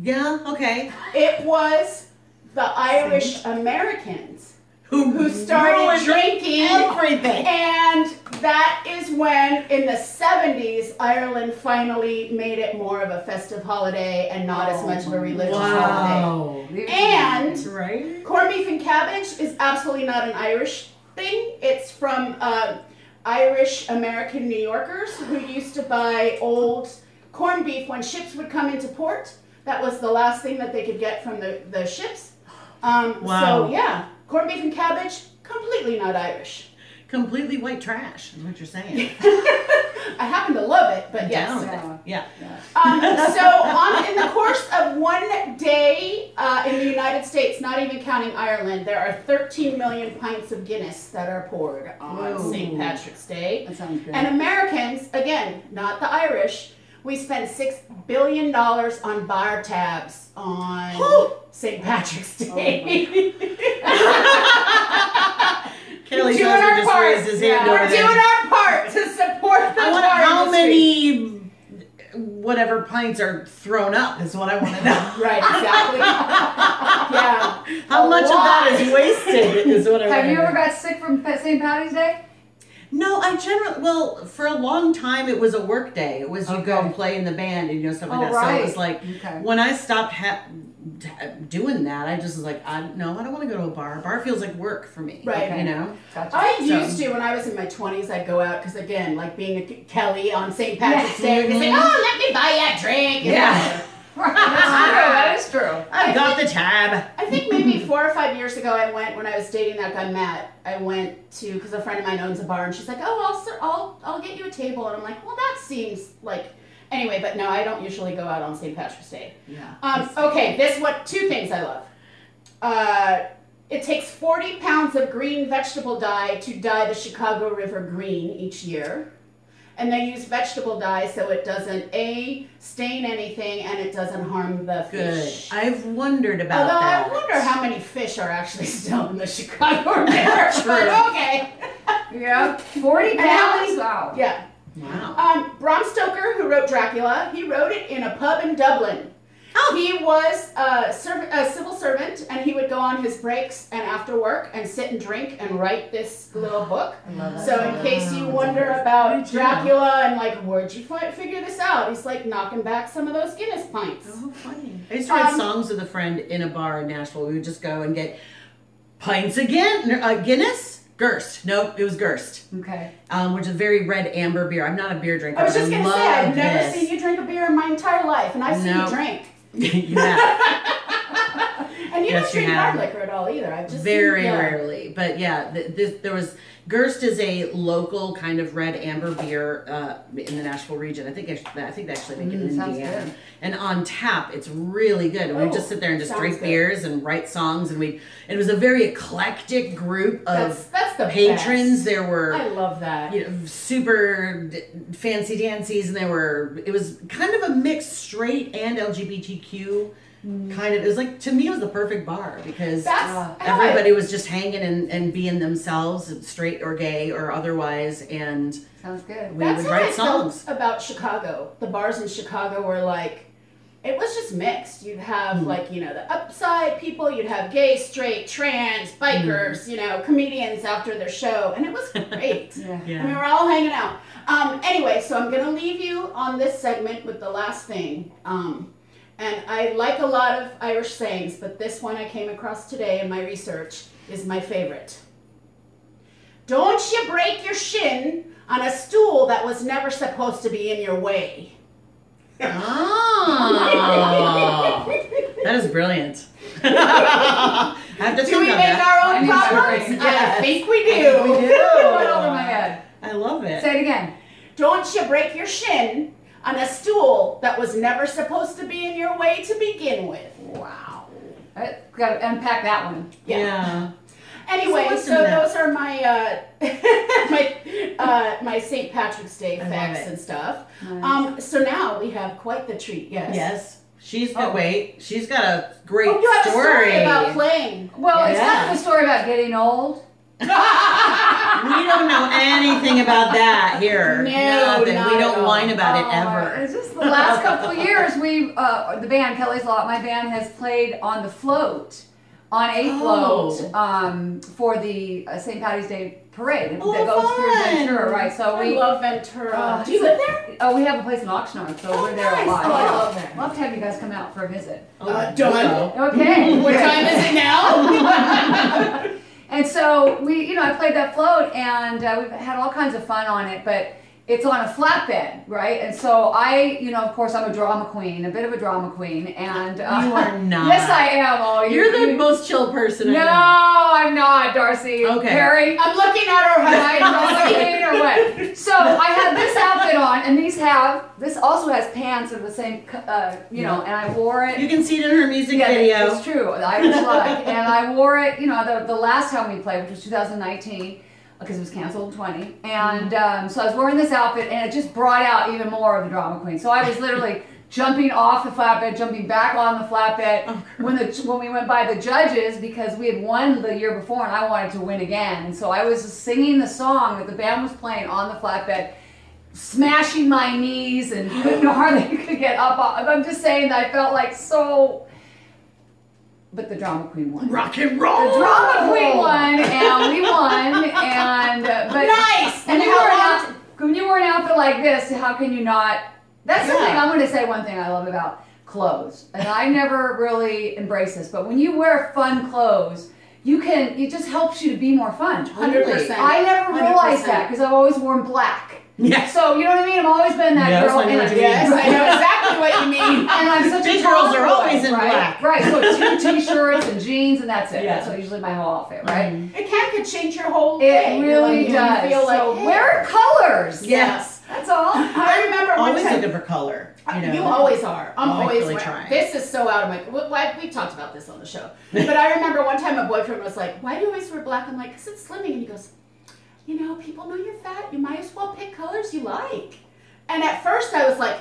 Speaker 1: Yeah. Okay.
Speaker 2: It was the Irish Americans
Speaker 1: Who
Speaker 2: who started
Speaker 1: ruined
Speaker 2: drinking,
Speaker 1: everything?
Speaker 2: and that is when, in the 70s, Ireland finally made it more of a festive holiday and not as much of a religious holiday.
Speaker 1: Wow.
Speaker 2: And
Speaker 1: Right.
Speaker 2: Corned beef and cabbage is absolutely not an Irish thing. It's from uh, Irish American New Yorkers who used to buy old corned beef when ships would come into port. That was the last thing that they could get from the, the ships. Um,
Speaker 1: Wow.
Speaker 2: So, yeah, corned beef and cabbage, completely not Irish.
Speaker 1: Completely white trash. Is what you're saying.
Speaker 2: I happen to love it, but yes.
Speaker 1: Down with
Speaker 3: Yeah.
Speaker 1: it. Yeah.
Speaker 2: Um, so, on, in the course of one day uh, in the United States, not even counting Ireland, there are 13 million pints of Guinness that are poured on
Speaker 1: Whoa.
Speaker 2: St. Patrick's Day.
Speaker 3: That sounds good.
Speaker 2: And Americans, again, not the Irish, we spend six billion dollars on bar tabs on
Speaker 1: Whew. Oh
Speaker 2: St. Patrick's Day.
Speaker 1: Kelly
Speaker 2: doing
Speaker 1: Johnson
Speaker 2: our
Speaker 1: just
Speaker 2: part.
Speaker 1: raised his hand
Speaker 2: We're
Speaker 1: over there.
Speaker 2: doing our part to support the
Speaker 1: I want
Speaker 2: bar
Speaker 1: how
Speaker 2: industry.
Speaker 1: many whatever pints are thrown up is what I want to know.
Speaker 2: Right, exactly. yeah.
Speaker 1: How
Speaker 2: A
Speaker 1: much of that
Speaker 2: lot.
Speaker 1: is wasted is what I want
Speaker 3: Have
Speaker 1: to
Speaker 3: you
Speaker 1: know.
Speaker 3: ever got sick from Pa- St. Patty's Day?
Speaker 1: No, I generally well for a long time it was a work day. It was you go
Speaker 3: Okay.
Speaker 1: and play in the band and you know stuff like
Speaker 3: Oh,
Speaker 1: that. So
Speaker 3: right.
Speaker 1: it was like
Speaker 3: Okay.
Speaker 1: when I stopped ha- t- doing that, I just was like, I no, I don't want to go to a bar. A bar feels like work for me.
Speaker 2: Right.
Speaker 1: You know.
Speaker 3: Gotcha.
Speaker 2: I
Speaker 1: So-
Speaker 2: used to when I was in my twenties. I'd go out because again, like being a K- Kelly on St. Patrick's
Speaker 1: Yeah.
Speaker 2: Day, it's like,
Speaker 1: Mhm.
Speaker 2: oh, let me buy you a drink. And
Speaker 1: Yeah.
Speaker 3: Right, That's true. That is true.
Speaker 1: I got the tab.
Speaker 2: I think maybe four or five years ago, I went when I was dating that guy Matt. I went to because a friend of mine owns a bar, and she's like, "Oh, I'll ser- I'll I'll get you a table," and I'm like, "Well, that seems like." Anyway, but no, I don't usually go out on St. Patrick's Day.
Speaker 1: Yeah.
Speaker 2: Um, okay, this what two things I love. Uh, it takes 40 pounds of green vegetable dye to dye the Chicago River green each year. And they use vegetable dye so it doesn't A, stain anything and it doesn't harm the
Speaker 1: Good.
Speaker 2: fish.
Speaker 1: I've wondered about
Speaker 2: Although
Speaker 1: that.
Speaker 2: I wonder how many fish are actually still in the Chicago River.
Speaker 1: True.
Speaker 2: But okay.
Speaker 3: Yeah. 40
Speaker 2: And how
Speaker 3: pounds?
Speaker 2: many-
Speaker 3: Wow.
Speaker 2: Yeah.
Speaker 1: Wow.
Speaker 2: Um, Bram Stoker, who wrote Dracula, he wrote it in a pub in Dublin.
Speaker 1: Oh.
Speaker 2: He was a, serv- a civil servant, and he would go on his breaks and after work and sit and drink and write this little book. So, in case you wonder about
Speaker 1: Good job.
Speaker 2: Dracula and like, where'd you fi- figure this out? He's like knocking back some of those Guinness pints.
Speaker 1: Oh, funny. I used to write
Speaker 2: Um,
Speaker 1: songs with a friend in a bar in Nashville. We would just go and get pints again, uh, Guinness, Gerst. Nope, it was Gerst,
Speaker 3: Okay.
Speaker 1: um, which is very red amber beer. I'm not a beer drinker.
Speaker 2: I was
Speaker 1: but
Speaker 2: just gonna say,
Speaker 1: love
Speaker 2: I've never
Speaker 1: this.
Speaker 2: seen you drink a beer in my entire life, and I've seen
Speaker 1: No.
Speaker 2: you drink.
Speaker 1: yeah,
Speaker 2: And you
Speaker 1: Yes,
Speaker 2: don't
Speaker 1: you
Speaker 2: drink
Speaker 1: have.
Speaker 2: hard liquor at all either. I've just
Speaker 1: very
Speaker 2: seen, yeah.
Speaker 1: rarely. But yeah, th- this, there was Gerst is a local kind of red amber beer uh, in the Nashville region. I think I, sh- I think they actually make it in
Speaker 3: Mm, sounds
Speaker 1: Indiana.
Speaker 3: good.
Speaker 1: And on tap, it's really good. And we would
Speaker 2: Oh,
Speaker 1: just sit there and just
Speaker 2: sounds
Speaker 1: drink
Speaker 2: good.
Speaker 1: beers and write songs. And we it was a very eclectic group of
Speaker 2: That's that's the
Speaker 1: patrons.
Speaker 2: best.
Speaker 1: There were
Speaker 2: I love that.
Speaker 1: you know, super d- fancy dancies, and there were it was kind of a mix straight and LGBTQ kind of it was like to me it was the perfect bar because
Speaker 2: Mm. That's
Speaker 3: Ah,
Speaker 2: I know it.
Speaker 1: uh, everybody was just hanging and, and being themselves straight or gay or otherwise and
Speaker 3: Sounds good.
Speaker 1: we
Speaker 2: That's
Speaker 1: would
Speaker 2: how
Speaker 1: write
Speaker 2: I
Speaker 1: songs
Speaker 2: felt about Chicago. The bars in Chicago were like, it was just mixed. You'd have
Speaker 1: Hmm.
Speaker 2: like you know the upside people. You'd have gay, straight, trans, bikers.
Speaker 1: Hmm.
Speaker 2: You know, comedians after their show, and it was great.
Speaker 3: Yeah.
Speaker 2: I mean,
Speaker 1: yeah
Speaker 2: we're all hanging out. Um, anyway, so I'm going to leave you on this segment with the last thing. Um, and I like a lot of Irish sayings, but this one I came across today in my research is my favorite. Don't you break your shin on a stool that was never supposed to be in your way.
Speaker 1: oh, that is brilliant I have to
Speaker 2: Do we
Speaker 1: think
Speaker 2: make
Speaker 1: on that
Speaker 2: our
Speaker 3: I
Speaker 2: own
Speaker 3: need to
Speaker 2: problems?
Speaker 3: break-
Speaker 2: I
Speaker 3: yes.
Speaker 2: think we do.
Speaker 3: We do. It went over my head.
Speaker 1: I love it
Speaker 3: Say it again.
Speaker 2: Don't you break your shin on a stool that was never supposed to be in your way to begin with. Wow.
Speaker 3: I gotta unpack that one.
Speaker 1: yeah,
Speaker 2: Anyway,
Speaker 1: So
Speaker 2: so,
Speaker 1: listen to that.
Speaker 2: those are my uh, my uh, my St. Patrick's Day
Speaker 1: love
Speaker 2: facts
Speaker 1: it.
Speaker 2: and stuff.
Speaker 3: Nice.
Speaker 2: Um, so now we have quite the treat. Yes.
Speaker 1: yes she's got
Speaker 3: Oh.
Speaker 1: wait she's got a great
Speaker 2: Oh, you have
Speaker 1: story,
Speaker 2: a story about playing.
Speaker 3: Well, it's kind
Speaker 1: Yeah.
Speaker 3: of a story about getting old.
Speaker 1: we don't know anything about that here
Speaker 2: No,
Speaker 1: Nothing.
Speaker 2: not
Speaker 1: we
Speaker 2: at
Speaker 1: don't
Speaker 2: all.
Speaker 1: whine about it
Speaker 3: Oh,
Speaker 1: ever
Speaker 3: It's just the last couple of years we, uh, the band Kelly's Lot, my band has played on the float, on a
Speaker 1: Oh.
Speaker 3: float um, for the uh, St. Patty's Day parade
Speaker 1: Oh,
Speaker 3: that goes through
Speaker 1: fun.
Speaker 3: Ventura, right? So
Speaker 2: I
Speaker 3: we.
Speaker 2: love Ventura.
Speaker 3: Uh,
Speaker 2: Do you live there?
Speaker 3: Oh, we have a place in Oxnard, so
Speaker 2: Oh,
Speaker 3: we're there
Speaker 2: nice.
Speaker 3: a lot.
Speaker 2: Oh, I
Speaker 3: yeah.
Speaker 2: love that.
Speaker 3: Love to have you guys come out for a visit.
Speaker 1: Oh,
Speaker 2: Uh, done.
Speaker 3: Okay.
Speaker 2: What time is it now?
Speaker 3: And so we, you know, I played that float and uh, we've had all kinds of fun on it, but it's on a flatbed, right? And so I, you know, of course, I'm a drama queen, a bit of a drama queen, and uh,
Speaker 1: You are not.
Speaker 3: Yes, I am. Oh, you,
Speaker 1: You're the
Speaker 3: you-
Speaker 1: most chill person
Speaker 3: No,
Speaker 1: I
Speaker 3: I'm not, Darcy.
Speaker 1: Okay.
Speaker 3: Harry,
Speaker 2: I'm looking at her.
Speaker 3: am I a drama queen or what? So I had this outfit on, and these have this also has pants of the same, co- uh, you know, and I wore it.
Speaker 1: know. You can see it in her music
Speaker 3: Yeah,
Speaker 1: video.
Speaker 3: It's true. The Irish luck. And I wore it, you know, the, the last time we played, which was 2019, because it was canceled in 20. And um, so I was wearing this outfit, and it just brought out even more of the drama queen. So I was literally jumping off the flatbed, jumping back on the flatbed when the when we went by the judges because we had won the year before, and I wanted to win again. And so I was just singing the song that the band was playing on the flatbed smashing my knees and couldn't hardly could get up. off- I'm just saying that I felt like so. But the drama queen won.
Speaker 1: Rock and roll.
Speaker 3: The
Speaker 2: Oh.
Speaker 3: drama queen won, and we won, and uh, but
Speaker 2: Nice.
Speaker 3: And
Speaker 2: And
Speaker 3: you were an
Speaker 2: how
Speaker 3: out,
Speaker 2: long?
Speaker 3: when you were an outfit like this, how can you not? That's the
Speaker 1: Yeah.
Speaker 3: thing. I'm going to say one thing I love about clothes, and I never really embrace this, but when you wear fun clothes, you can. It just helps you to be more fun.
Speaker 2: Hundred percent.
Speaker 3: I never realized
Speaker 2: 100%.
Speaker 3: that because I've always worn black.
Speaker 1: Yes.
Speaker 3: So you know what I mean? I've always been that
Speaker 1: Yes,
Speaker 3: girl.
Speaker 1: I know
Speaker 3: and,
Speaker 1: what you mean.
Speaker 2: Yes, I know exactly what you mean.
Speaker 3: and I'm such
Speaker 1: Big
Speaker 3: a
Speaker 1: girls are
Speaker 3: tomboy,
Speaker 1: always in
Speaker 3: right?
Speaker 1: black.
Speaker 3: Right. So two t-shirts and jeans and that's it.
Speaker 1: Yeah. Mm-hmm.
Speaker 3: That's usually my whole outfit, right?
Speaker 2: It kind of could change your whole
Speaker 3: It
Speaker 2: day. You're
Speaker 3: really
Speaker 2: like, you
Speaker 3: does.
Speaker 2: Feel like,
Speaker 3: so
Speaker 2: hey.
Speaker 3: wear colors.
Speaker 1: Yes.
Speaker 3: That's all.
Speaker 2: I remember one
Speaker 1: Always
Speaker 2: time.
Speaker 1: a different color. You
Speaker 2: You,
Speaker 1: know.
Speaker 2: always are. I'm
Speaker 1: Oh, I
Speaker 2: always
Speaker 1: really
Speaker 2: wearing-
Speaker 1: try.
Speaker 2: This is so out of my. w- Why we talked about this on the show, but I remember one time my boyfriend was like, "Why do you always wear black?" I'm like, "Cause it's slimming," and he goes, "You know, people know you're fat. You might as well pick colors you like." And at first I was like,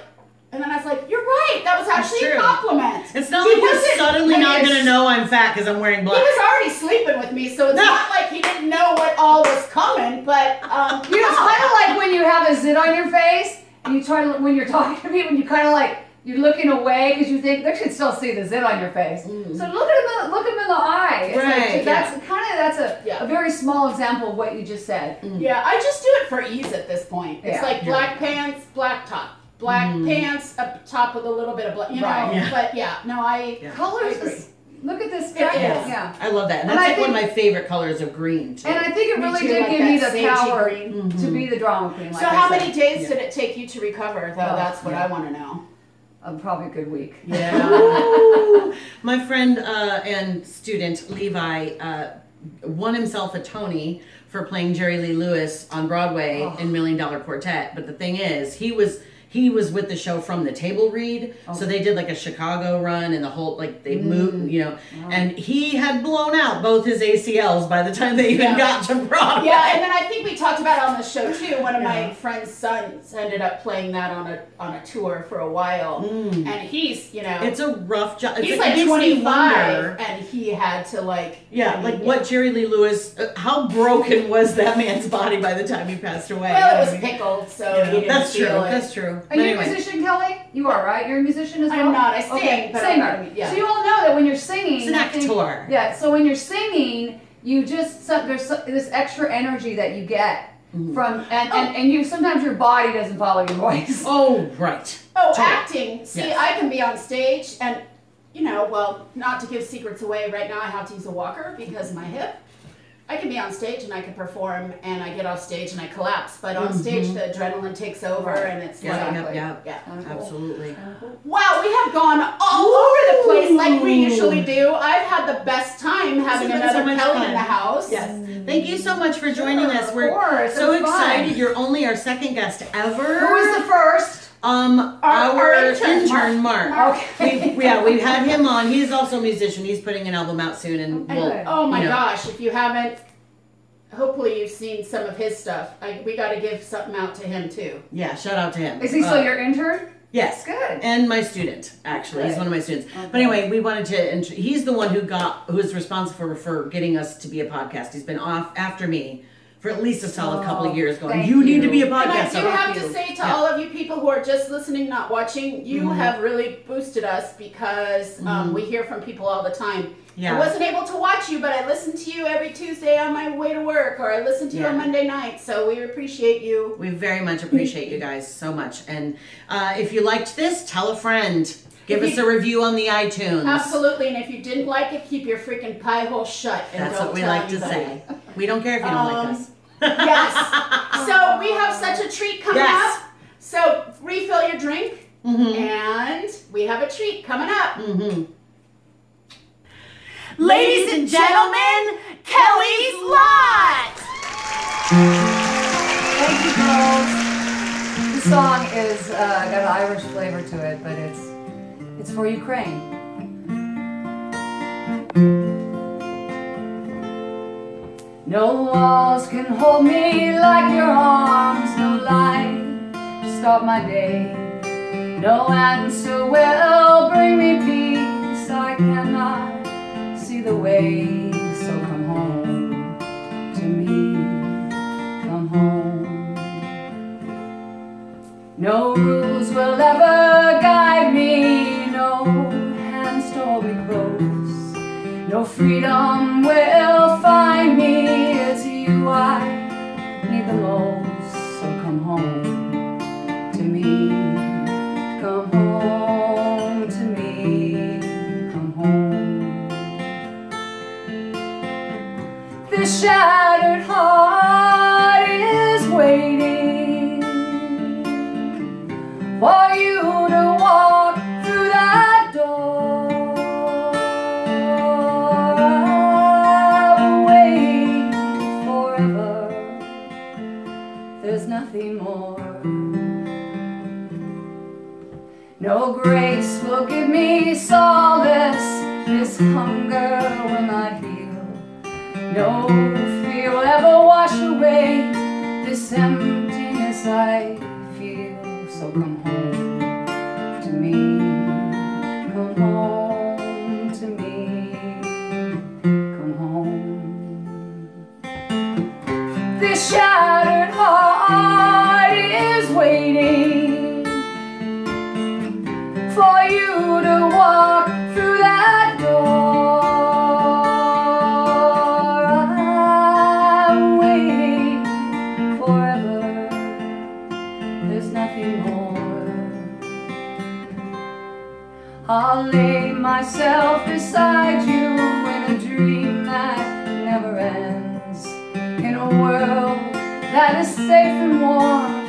Speaker 2: and then I was like, "You're right. That was actually a
Speaker 1: true.
Speaker 2: compliment."
Speaker 1: It's not
Speaker 2: He
Speaker 1: like you're
Speaker 2: wasn't-
Speaker 1: suddenly
Speaker 2: I mean,
Speaker 1: not
Speaker 2: it's-
Speaker 1: gonna know I'm fat because I'm wearing
Speaker 2: He
Speaker 1: black.
Speaker 2: was already sleeping with me, so it's not like he didn't know what all was coming. But um,
Speaker 3: You know, it's kind of like when you have a zit on your face and you try to, when you're talking to people, you kind of like, you're looking away because you think they should still see the zit on your face. So look at him, look him in the eye. It's like,
Speaker 1: Mm. Right,
Speaker 3: that's kind of that's a,
Speaker 2: Yeah.
Speaker 3: a very small example of what you just said.
Speaker 1: Mm.
Speaker 2: Yeah, I just do it for ease at this point. It's
Speaker 3: Yeah.
Speaker 2: like black pants, black top. Black pants up top with a little bit of black, you know.
Speaker 3: Right.
Speaker 1: Yeah.
Speaker 2: But yeah, no, I.
Speaker 1: Yeah.
Speaker 3: Colors.
Speaker 2: I agree.
Speaker 3: is- look at this.
Speaker 2: It
Speaker 3: jacket.
Speaker 2: is.
Speaker 3: Yeah.
Speaker 1: I love that. And
Speaker 3: And
Speaker 1: that's
Speaker 3: I
Speaker 1: like one of my favorite colors of green too.
Speaker 3: And I think it
Speaker 2: Me
Speaker 3: really
Speaker 2: too,
Speaker 3: did
Speaker 2: like
Speaker 3: give me
Speaker 2: that
Speaker 3: the
Speaker 2: sagey
Speaker 3: power
Speaker 2: green.
Speaker 3: to be the drama queen. Like
Speaker 2: So
Speaker 3: I
Speaker 2: how
Speaker 3: said.
Speaker 2: many days
Speaker 1: Yeah.
Speaker 2: did it take you to recover? Though
Speaker 3: Oh,
Speaker 2: that's what
Speaker 1: yeah.
Speaker 2: I want to know.
Speaker 3: Uh, probably a good week.
Speaker 2: Mm-hmm. Yeah.
Speaker 1: Ooh. My friend uh, and student Levi uh, won himself a Tony
Speaker 2: Oh.
Speaker 1: for playing Jerry Lee Lewis on Broadway in Million Dollar Quartet. But the thing is, he was he was with the show from the table read.
Speaker 2: Oh.
Speaker 1: So they did like a Chicago run and the whole like
Speaker 2: Mm.
Speaker 1: they moved, you know, and he had blown out both his ACLs by the time they even
Speaker 2: Yeah.
Speaker 1: got to Broadway.
Speaker 2: Yeah, and then I think we talked about it on the show too. One of my friend's sons ended up playing that on a on a tour for a while, and he's you know
Speaker 1: Mm. It's a rough job. It's
Speaker 2: he's
Speaker 1: it
Speaker 2: like
Speaker 1: makes me
Speaker 2: 25,
Speaker 1: wonder-
Speaker 2: and he had to like
Speaker 1: Yeah, like what Jerry Lee Lewis, uh, how broken was that man's body by the time he passed away?
Speaker 2: Well, it
Speaker 1: I
Speaker 2: was
Speaker 1: mean,
Speaker 2: pickled, so
Speaker 1: you know,
Speaker 2: he didn't
Speaker 1: that's true.
Speaker 2: feel it.
Speaker 1: That's true.
Speaker 3: Are
Speaker 1: But
Speaker 3: you a
Speaker 1: anyway,
Speaker 3: musician, Kelly? You are, right? You're a musician as well?
Speaker 2: I'm not. I sing,
Speaker 3: Okay,
Speaker 2: but I'm-
Speaker 3: singer.
Speaker 2: yeah.
Speaker 3: So you all know that when you're singing...
Speaker 1: It's an
Speaker 3: I think-
Speaker 1: actor.
Speaker 3: Yeah, so when you're singing, you just... So, there's so, this extra energy that you get
Speaker 2: Mm-hmm.
Speaker 3: from... And, and, and you sometimes your body doesn't follow your voice.
Speaker 1: oh right.
Speaker 2: Oh,
Speaker 1: Totally.
Speaker 2: acting. See,
Speaker 1: Yes.
Speaker 2: I can be on stage and, you know, well, not to give secrets away, right now I have to use a walker because of my hip. I can be on stage and I can perform and I get off stage and I collapse, but on stage the adrenaline takes over and it's
Speaker 1: Mm-hmm. Yeah,
Speaker 2: like,
Speaker 1: yeah,
Speaker 3: Exactly.
Speaker 1: yeah,
Speaker 2: yeah.
Speaker 1: absolutely.
Speaker 2: Wow, we have gone all over the place like we usually do. I've had the best time having
Speaker 1: been so
Speaker 2: another
Speaker 1: much
Speaker 2: Kelly
Speaker 1: fun.
Speaker 2: in the house.
Speaker 1: Yes. Thank you so much for joining
Speaker 3: Sure,
Speaker 1: us.
Speaker 3: of
Speaker 1: We're
Speaker 3: course.
Speaker 1: so
Speaker 3: It was fun.
Speaker 1: excited. You're only our second guest
Speaker 2: Oh.
Speaker 1: ever.
Speaker 3: Who was the first?
Speaker 1: um
Speaker 2: our
Speaker 1: our,
Speaker 2: intern,
Speaker 1: intern,
Speaker 2: Mark.
Speaker 1: Mark?
Speaker 3: Okay.
Speaker 1: We, yeah, we had him on. He's also a musician. He's putting an album out soon, and
Speaker 3: Okay.
Speaker 1: we'll
Speaker 2: Oh my
Speaker 1: you know,
Speaker 2: gosh, if you haven't, hopefully you've seen some of his stuff. I, we got to give something out to him too.
Speaker 1: Yeah, shout out to him.
Speaker 3: Is he still
Speaker 1: Uh,
Speaker 3: your intern?
Speaker 1: Yes.
Speaker 3: Good.
Speaker 1: And my student, actually, he's
Speaker 3: Good.
Speaker 1: one of my students. But anyway, we wanted to. int- He's the one who got, who is responsible for getting us to be a podcast. He's been off after me for at least a solid couple
Speaker 3: Oh,
Speaker 1: of years, going,
Speaker 3: thank
Speaker 1: "You need
Speaker 3: you.
Speaker 1: to be a
Speaker 3: And
Speaker 2: And I
Speaker 1: podcast."
Speaker 2: do
Speaker 1: host."
Speaker 2: have to say to all of you people who are just listening, not watching, you
Speaker 1: Mm-hmm.
Speaker 2: have really boosted us because um, we hear from people all the time. I
Speaker 1: Yeah.
Speaker 2: wasn't able to watch you, but I listen to you every Tuesday on my way to work, or I listen to you on
Speaker 1: Yeah.
Speaker 2: Monday night. So we appreciate you.
Speaker 1: we very much appreciate you guys so much. And uh, if you liked this, tell a friend. Give
Speaker 2: If
Speaker 1: us
Speaker 2: you-
Speaker 1: a review on the iTunes.
Speaker 2: Absolutely, and if you didn't like it, keep your freaking pie hole shut. And
Speaker 1: That's
Speaker 2: don't
Speaker 1: what we
Speaker 2: tell
Speaker 1: like to
Speaker 2: anybody.
Speaker 1: say. We don't care if you don't
Speaker 2: Um,
Speaker 1: like us.
Speaker 2: Yes. So we have such a treat coming
Speaker 1: Yes. Mm-hmm.
Speaker 2: up. So refill your drink, and we have a treat coming up.
Speaker 1: Ladies and gentlemen,
Speaker 2: Kelly's Lot.
Speaker 3: Thank you, girls. The song is uh, got an Irish flavor to it, but it's it's for Ukraine. No walls can hold me like your arms, no light to stop my day. No answer will bring me peace. I cannot see the way, so come home to me come home. No rules will ever guide me, no hands to hold me close, no freedom will find me. It's you I need the most, so come home to me. Come home to me, come home the shattered heart is waiting for you to walk through that door. I'll wait forever. There's nothing more. No grace will give me solace. This hunger will not heal. No fear will ever wash away this emptiness I feel. So come home to me. Come home to me. Come home. This shattered heart is waiting for you to walk through that door. I'm waiting forever. There's nothing more. I'll lay myself beside you in a dream that never ends. In a world that is safe and warm,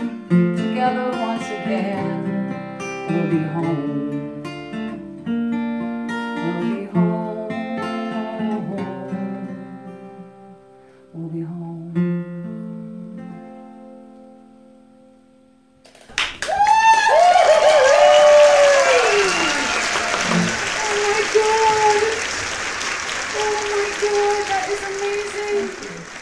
Speaker 3: together once again we'll be home. We'll be home. We'll be home. Oh god, that is amazing.